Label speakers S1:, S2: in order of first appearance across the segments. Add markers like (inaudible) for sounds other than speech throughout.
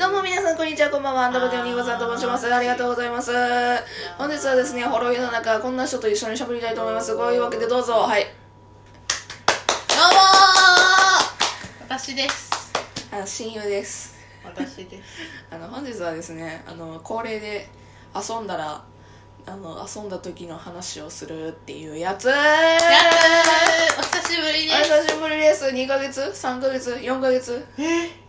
S1: どうも皆さん、こんにちは、こんばんは。アンダバテオニーゴさんと申します。ありがとうございます。本日はですね、ほろ酔いの中、こんな人と一緒に喋りたいと思います。こういうわけでどうぞ。はい。ど
S2: 私です
S1: うもーあの親友です。
S2: 私です
S1: あの、本日はですね、あの、恒例で遊んだら、あの、遊んだ時の話をするっていうやつ
S2: やーお久しぶり
S1: お
S2: です
S1: 久しぶりです。2ヶ月 ?3 ヶ月 ?4 ヶ月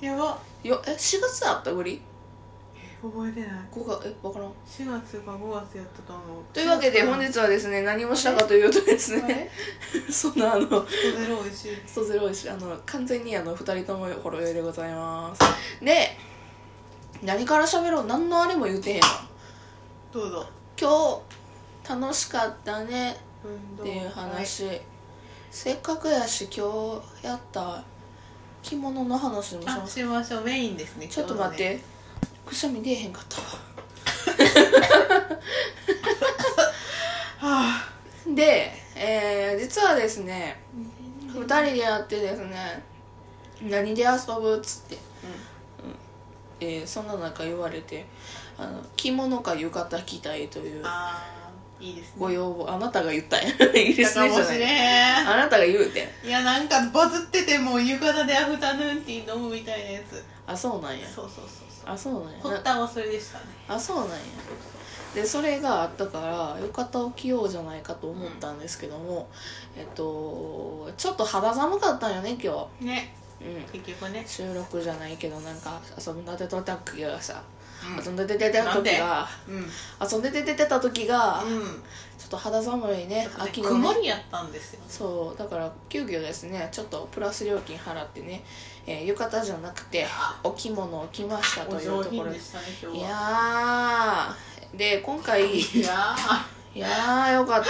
S2: えやば
S1: よえ、4月あったぶり
S2: 覚えてない
S1: ?5 月、え、わからん。
S2: 4月か5月やったと思う
S1: というわけで本日はですね、何もしたかというとです
S2: あ
S1: ね、(laughs)
S2: れ
S1: そんなあの、
S2: 人ゼロ美味しい
S1: ストゼロしあの完全にあの2人ともほろ酔いでございますで何から喋ろう何のあれも言うてへんわ
S2: どうぞ
S1: 今日楽しかったね
S2: 運動
S1: っていう話、せっかくやし今日やった着物の話でもし
S2: はいあ
S1: ます
S2: しましょうメインですね
S1: ちょっと待って、
S2: 今
S1: くしゃみ出えへんかったわ
S2: 日はねはあ
S1: で、えー実はですね2人でやってですね何で遊ぶっつってえーそんな中言われてあの着物か浴衣着たいという
S2: あーいいですね
S1: ご要望あなたが言ったんや (laughs) イギリス
S2: か
S1: ねじ
S2: も
S1: ゃな
S2: しれ
S1: い
S2: ん
S1: あなたが言うてん
S2: いやなんかバズっててもう浴衣でアフタヌーンティー飲むみたいなやつ
S1: あそうなんや
S2: そうそうそう
S1: あそうなん
S2: そう
S1: や
S2: 発
S1: な
S2: 端はそれでしたね
S1: あそうなんやでそれがあったから浴衣を着ようじゃないかと思ったんですけども、えっとちょっと肌寒かったんよね今日
S2: ね
S1: うん
S2: 結局ね
S1: 収録じゃないけどなんか遊んだてとった時がさ、
S2: うん
S1: 遊んだててた時が
S2: うん
S1: 遊んでててた時が、
S2: うん
S1: ちょっと肌寒いね秋のね
S2: 曇りやったんですよ
S1: そうだから急遽ですねちょっとプラス料金払ってね、えー浴衣じゃなくてお着物を着ましたと
S2: お
S1: いうと
S2: 上
S1: こ
S2: 品
S1: ろ
S2: で
S1: で
S2: したね
S1: い
S2: 今日は
S1: やーで今
S2: (laughs)
S1: 回い
S2: いや
S1: やーよか
S2: (laughs)
S1: った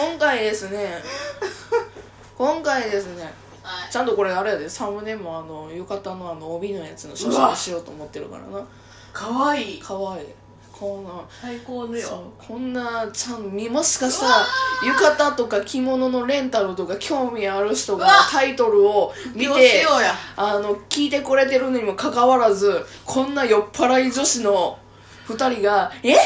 S1: 今回ですね今回ですね
S2: ー
S1: ちゃんとこれあれやでサムネもあの浴衣のあの帯のやつの写
S2: う
S1: 真
S2: わ
S1: にしようと思ってるからな
S2: かわいい
S1: かわいいこの
S2: 最高だ
S1: そう
S2: よ
S1: こんなちゃんにもしかしたら浴衣とか着物のレンタルとか興味ある人が
S2: うわ
S1: タイトルを見
S2: どうしてようや
S1: あの聞いてくれてるのにもかかわらずこんな酔っ払い女子の2人が「ええ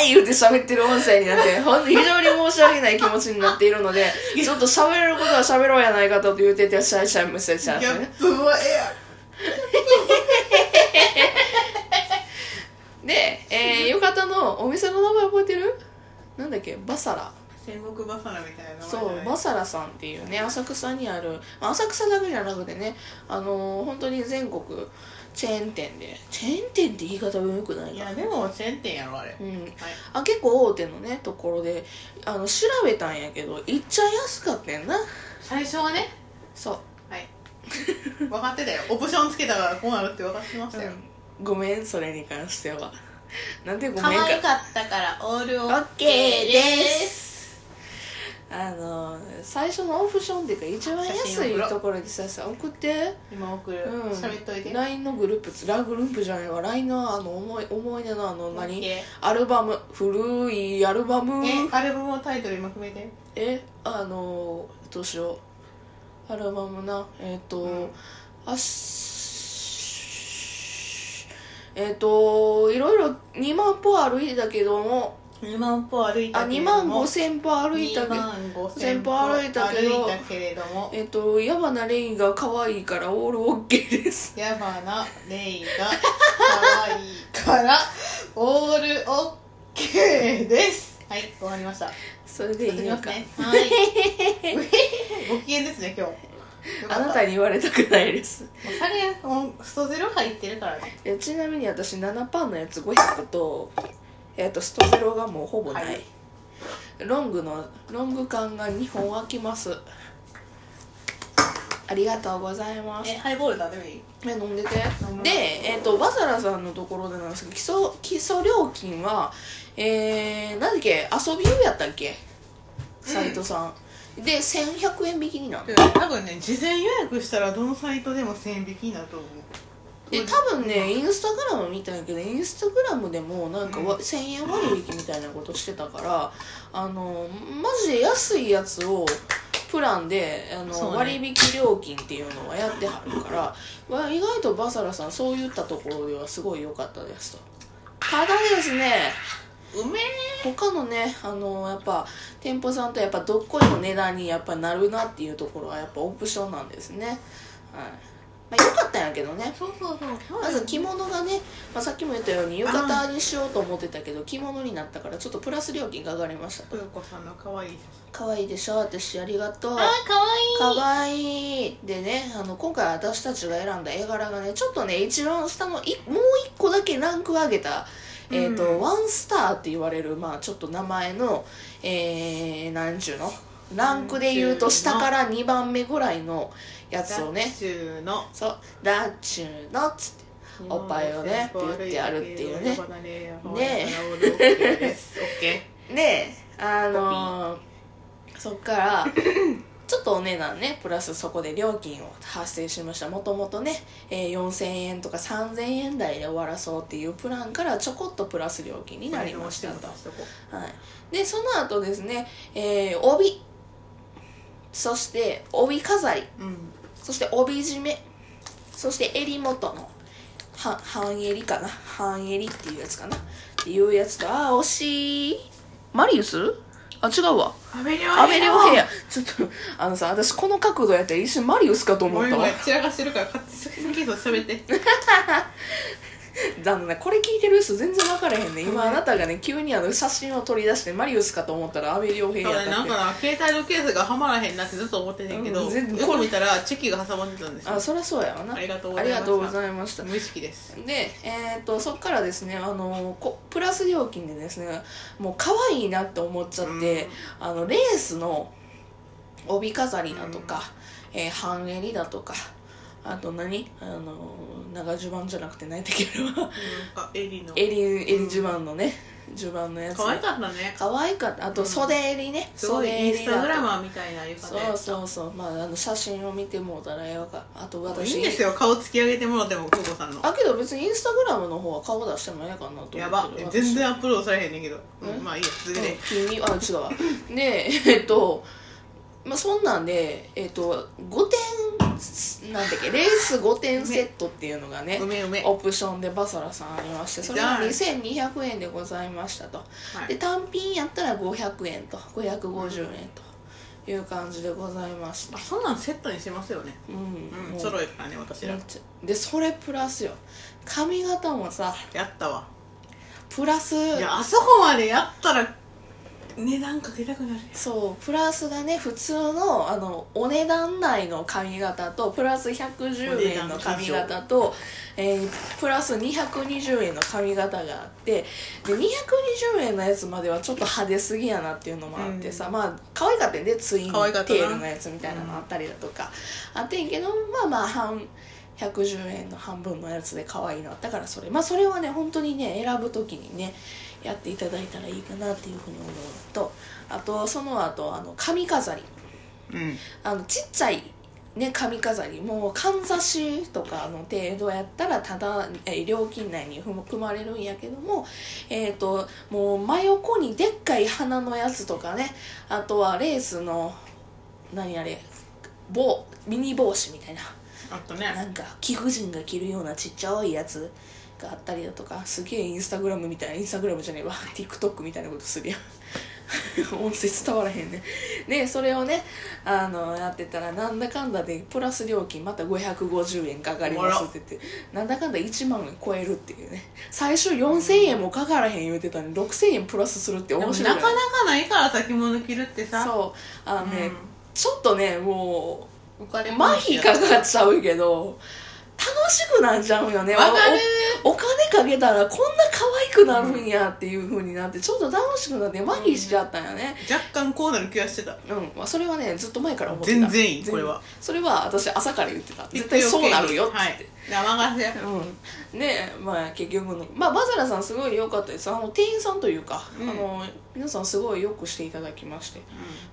S1: ー!」言うて喋ってる音声になってほんと非常に申し訳ない気持ちになっているのでちょっと喋れることは喋ろうやないかと言うててシャイシャイ無視し
S2: ギ
S1: たんです
S2: ャ
S1: ね
S2: ップはえ
S1: で、えー浴衣のお店の名前覚えてるなんだっけバサラ
S2: えやん戦国バサラみたいな
S1: そうバ
S2: バサ
S1: サラさんっていうね浅草にあるまあ浅草だけじゃなくてねあのー本当に全国チェーン店でチェーン店って言い方がよくない
S2: い
S1: か
S2: やでもチェーン店やろあれ
S1: うん
S2: はい
S1: あ結構大手のねところであの調べたんやけどいっちゃ安かったよな
S2: 最初はね
S1: そう、 (laughs)
S2: はい分かってたよオプションつけたからこうなるって分かってましたよ
S1: うん、ごめんそれに関しては (laughs) なんでごめん
S2: 可
S1: か
S2: 愛かったからオールオ
S1: オ
S2: ッ
S1: ッケ
S2: ケー
S1: ー
S2: で
S1: です
S2: す
S1: あのー最初のオプションっていうか一番安いところでささ送って
S2: 今送る
S1: うん
S2: 喋っといて
S1: LINE のグループつラグループじゃないわ LINE のあの思い思い出のあの何、
S2: オッケ
S1: アルバム古いアルバム
S2: ーえアルバムのタイトル今決めて
S1: えあのどうしようアルバムなえっ、と、
S2: うん
S1: あっしえっ、といろいろ2万歩歩いてたけども
S2: 2万歩歩い
S1: あ
S2: たけ
S1: 2
S2: れど
S1: 万
S2: も
S1: 5千歩歩いた
S2: 2
S1: けど
S2: 万5
S1: 1000
S2: 0
S1: 歩
S2: 歩
S1: 歩いたけど
S2: 歩いたけれども
S1: えっ、と矢花レイが可愛いからオールオッケーです
S2: 矢花レイが可愛いからオールオッケーですはい終わりました
S1: それでい
S2: 続
S1: い
S2: き
S1: の
S2: ます
S1: か
S2: ねはい (laughs) ご機嫌ですね今日よか
S1: あ
S2: った
S1: なた
S2: も
S1: に言われたくないです
S2: うそれもうストゼロ入ってるからね
S1: えちなみに私7パンのやつ500と,、えっとストゼロがもうほぼない、
S2: はい
S1: ロングのロング缶が2本空きますありがとうございます
S2: えハイボールだでもいい
S1: え飲んでて
S2: 飲む
S1: で、えっとバサラさんのところでなんですけど基礎基礎料金はえー、何だっけ遊び湯やったっけサイトさん、で1100円引きになる
S2: 多分ね事前予約したらどのサイトでも1000円引きになると思う
S1: で多分ねインスタグラム見たんやけどインスタグラムでもなんかわ、
S2: うん
S1: 1000円割引みたいなことしてたからあのマジで安いやつをプランであの、
S2: そうね
S1: 割引料金っていうのはやってはるからわ意外とバサラさんそういったところではすごい良かったですとただですね
S2: うめえ
S1: 他のねあのやっぱ店舗さんとやっぱどっこいの値段にやっぱなるなっていうところはやっぱオプションなんですねはいまあ良かったんやけどね
S2: そうそうそう
S1: まず着物がね、まあ、さっきも言ったように浴衣にしようと思ってたけど着物になったからちょっとプラス料金が上がりました
S2: ふうこさんの可愛い写真
S1: 可愛いでしょ私ありがとう
S2: 可い
S1: 可愛いでねあの今回私たちが選んだ絵柄がねちょっとね一番下のいもう一個だけランク上げた、えーと
S2: うん
S1: ワンスターって言われる、まあ、ちょっと名前のえー、なんちゅうのランクで言うと下から2番目ぐらいのやつをね
S2: 中の
S1: そう「だっちゅうの」っつっておっぱいをねピュッてやるっていうね
S2: ね
S1: ね
S2: えオッケ
S1: であのーそっから (coughs) ちょっとお値段ねプラスそこで料金を発生しましたもともとね、えー4000円とか3000円台で終わらそうっていうプランからちょこっとプラス料金
S2: ー
S1: になりましたと、
S2: こ
S1: はい、でその後ですね、えー帯そして帯飾り
S2: うん
S1: そして帯締めそして襟元のは半襟かな半襟っていうやつかなっていうやつとああ惜しいマリウスあ違うわ
S2: アメリオ
S1: アメリオヘアちょっとあのさ私この角度やったら一瞬マリウスかと
S2: ご
S1: 思
S2: め
S1: っ
S2: ん
S1: た
S2: ご
S1: わ
S2: めん散らかしてるから勝手に喋って
S1: だのねこれ聞いてる人全然分からへんね
S2: ご
S1: 今
S2: め
S1: あ
S2: ん
S1: なたがね急にあの写真を取り出してマリウスかと思ったらアメリオヘア
S2: そう
S1: だっ
S2: ね
S1: た
S2: な
S1: っ
S2: ん
S1: て
S2: かな携帯のケースがはまらへんなってずっと思ってたけど、
S1: うん全然
S2: よく見たらチェキが挟まってたんですよ
S1: あそりゃそうやわな
S2: ありがとうご
S1: あ
S2: ざい
S1: り
S2: まし
S1: が
S2: た
S1: とうございました
S2: 無意識です
S1: で、えー、とそこからですねあのこプラス料金でですねもう可愛いなって思っちゃって、あのレースの帯飾りだとか、えー半襟だとかあと何あの長襦袢じゃなくて何だっ
S2: (laughs)
S1: けあれは
S2: なんかエリの
S1: 襟襟襦袢のね襦袢のやつ
S2: 可愛かったね
S1: 可愛かったあと袖襟ね、
S2: すごい
S1: 袖
S2: イン
S1: 襟
S2: スタグ
S1: だ
S2: ラ
S1: と
S2: マーみたいな浴
S1: そう
S2: 衣で
S1: そうそうまああの写真を見てもうたらええわかあと
S2: もう
S1: 私
S2: いいんですよ顔突き上げてもらっても久保さんの
S1: あけど別にインスタグラムの方は顔出してもええかなと思って
S2: やば
S1: 私
S2: 全然アップロードされへんねんけど、うん
S1: うん
S2: まあいいや続けて、
S1: 君あ違うわ (laughs) でえっとまあそんなんでえっと5点なんだっけレース5点セットっていうのがね
S2: うめうめ、は
S1: オプションでバサラさんありましてそれが2200円でございましたとで
S2: い、
S1: 単品やったら500円と550円という感じでございました
S2: あそんなんセットにしますよね
S1: うん、
S2: う
S1: も
S2: ん
S1: う
S2: ソロやからね私ら
S1: めっちゃでそれプラスよ髪型もさ
S2: やったわ
S1: プラス
S2: いやあそこまでやったら値段かけたくなる
S1: そうプラスがね普通のあのお値段内の髪型とプラス110円の髪型と、えープラス220円の髪型があってで220円のやつまではちょっと派手すぎやなっていうのもあってさ、まあ可愛かったよねツインテ
S2: 可愛かったな
S1: ールのやつみたいなのあったりだとか、あってんけどまあまあ半110円の半分のやつで可愛いのあったからそれまあそれはね本当にね選ぶ時にねやっていただいたらいいかなっていうふうに思うのとあとその後あの髪飾り
S2: うん
S1: あのちっちゃいね髪飾りもうかんざしとかの程度やったらただ、えー料金内に含まれるんやけどもえっ、ともう真横にでっかい花のやつとかねあとはレースの何あれ帽ミニ帽子みたいな
S2: あとね
S1: なんか貴婦人が着るようなちっちゃいやつがあったりだとかすげえインスタグラムみたいなインスタグラムじゃねえわ (laughs) TikTok みたいなことするやん (laughs) 音声伝わらへんねでそれをねあのやってたらなんだかんだでプラス料金また550円かかりますって言ってなんだかんだ1万円超えるっていうね最初4000円もかからへん言うてたのに6000円プラスするって
S2: でも
S1: 面
S2: な
S1: 白い
S2: か
S1: よ
S2: な
S1: ね
S2: かないから先物着るってさ
S1: そうあのね、
S2: うん
S1: ちょっとねもう
S2: お金
S1: 麻
S2: 回し
S1: 痺
S2: や
S1: かかっちゃうけど楽しくなっちゃうよね
S2: わかる
S1: おお金かけたらこんな可愛くなるんやっていう風になってちょっと楽しくなって麻痺しちゃったんよね
S2: 若干こうなる気がしてた
S1: うん、まあ、それはねずっと前から思ってた
S2: 全然いいこれは
S1: それは私朝から言ってた絶対そうなるよっつ
S2: は
S1: っ
S2: い
S1: て、
S2: 生せ
S1: うん、ねまあ結局のまあバザラさんすごい良かったですあの店員さんというか、
S2: うん
S1: あの皆さんすごいよくしていただきまして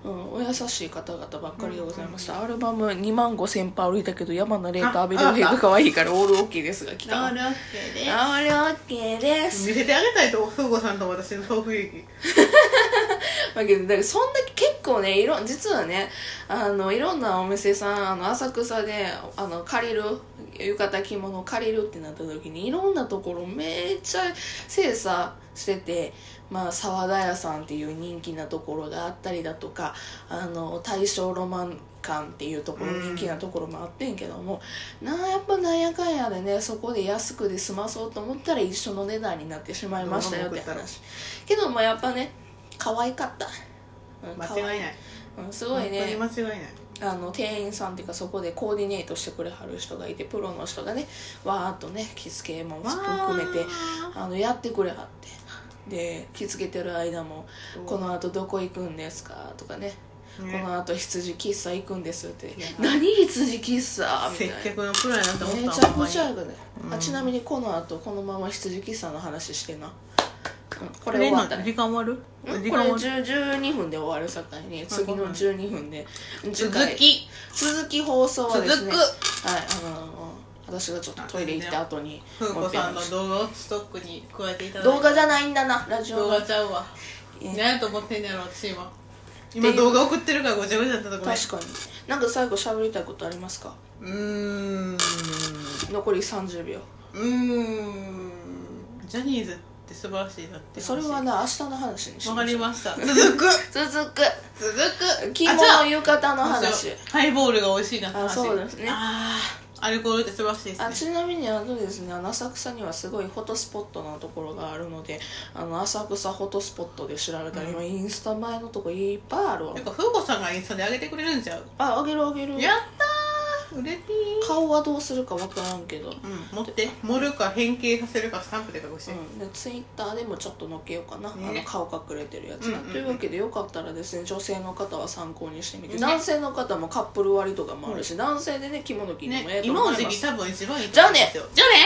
S1: うん、お優しい方々ばっかりでございました、アルバム2万5千パー売れたけど山名レート
S2: あ
S1: アベリオヘイが可愛いからオールオッケーですが来た
S2: な
S1: わ
S2: るほどね
S1: オールオッケーで
S2: 見せてあげたいと、ふうこさんと私の豆腐劇。
S1: まあけどだからそんだけ結構ねいろ実はねあのいろんなお店さんあの浅草であの借りる浴衣着物を借りるってなった時にいろんなところめっちゃ精査してて。まあ、沢田屋さんっていう人気なところがあったりだとかあの大正ロマン館っていうところ
S2: うん
S1: 人気なところもあってんけども、なんやっぱなんやかんやでねそこで安くで済まそうと思ったら一緒の値段になってしまいましたよって
S2: どんなもん食
S1: 話けどまあやっぱね可愛かった、うん、
S2: 間違い
S1: い、
S2: ない
S1: うん、すごいね
S2: 本当に間違いない
S1: あの店員さんっていうかそこでコーディネートしてくれはる人がいてプロの人がねわーっとね着付けも含めてあのやってくれはってで着付けてる間も「このあとどこ行くんですか?」とかね「こ
S2: ね
S1: のあと羊喫茶行くんです」って
S2: いや
S1: 「何羊喫茶?」み
S2: 接
S1: たいな。
S2: 客のプロやなって思った
S1: め
S2: わ
S1: ちゃくちゃやくね、
S2: うん
S1: あちなみにこのあとこのまま羊喫茶の話してな、うんこ
S2: こ
S1: れ
S2: れ
S1: 終
S2: 終
S1: わ
S2: わ
S1: っ
S2: ったた
S1: ね
S2: 時間終わ
S1: これ
S2: る時間終わる
S1: 10 12分で終わるさかいに次の12分で次
S2: 続
S1: 回
S2: き
S1: 続き放送はです
S2: 続
S1: ね
S2: く
S1: はいあの私がちょっとトイレ行った後に
S2: ふう
S1: もう
S2: こ
S1: 一遍
S2: さんの動画をストックに加えていただいて
S1: 動画じゃないんだなラジオ
S2: 動
S1: が
S2: 画ちゃうわ
S1: え
S2: 何やと思ってんねやろ私今
S1: っ
S2: 今
S1: ていう
S2: 動画送ってるからごちゃごちゃだったとこね
S1: 確かになんか最後喋りたいことありますか
S2: うーんう
S1: 残り30秒
S2: ーんジャニーズって素晴らしいなって
S1: それはな明日の話にし
S2: わか
S1: まし
S2: り
S1: ょう
S2: ました続く
S1: (laughs) 続く
S2: 続く
S1: 着
S2: あじゃ
S1: 物
S2: あ
S1: 浴衣の話
S2: ハイボールが美味しいなって
S1: あ
S2: 話
S1: そうですね
S2: あーアルコールって素晴らしいです
S1: あ
S2: ね
S1: ちなみにあのですねあの浅草にはすごいフォトスポットなところがあるのであの浅草フォトスポットで調べたら、今インスタ前のとこいっぱいあるわ
S2: なんか風子さんがインスタで上げてくれるんちゃう
S1: ああげるあげる
S2: やったー売れてー
S1: 顔はどうするか分からんけど、うん
S2: うん持って盛るか変形させるかスタンプで書くし、
S1: でツイッターでもちょっとのっけようかな、
S2: ね
S1: あの顔隠れてるやつな、
S2: うんうんうん
S1: というわけでよかったらですね女性の方は参考にしてみて、
S2: ね
S1: 男性の方もカップル割とかもあるし、男性でね着物着てもえ
S2: ね
S1: えと
S2: 今
S1: 思い
S2: の
S1: ます、
S2: 時期多分一番いい
S1: じゃあね
S2: じゃあね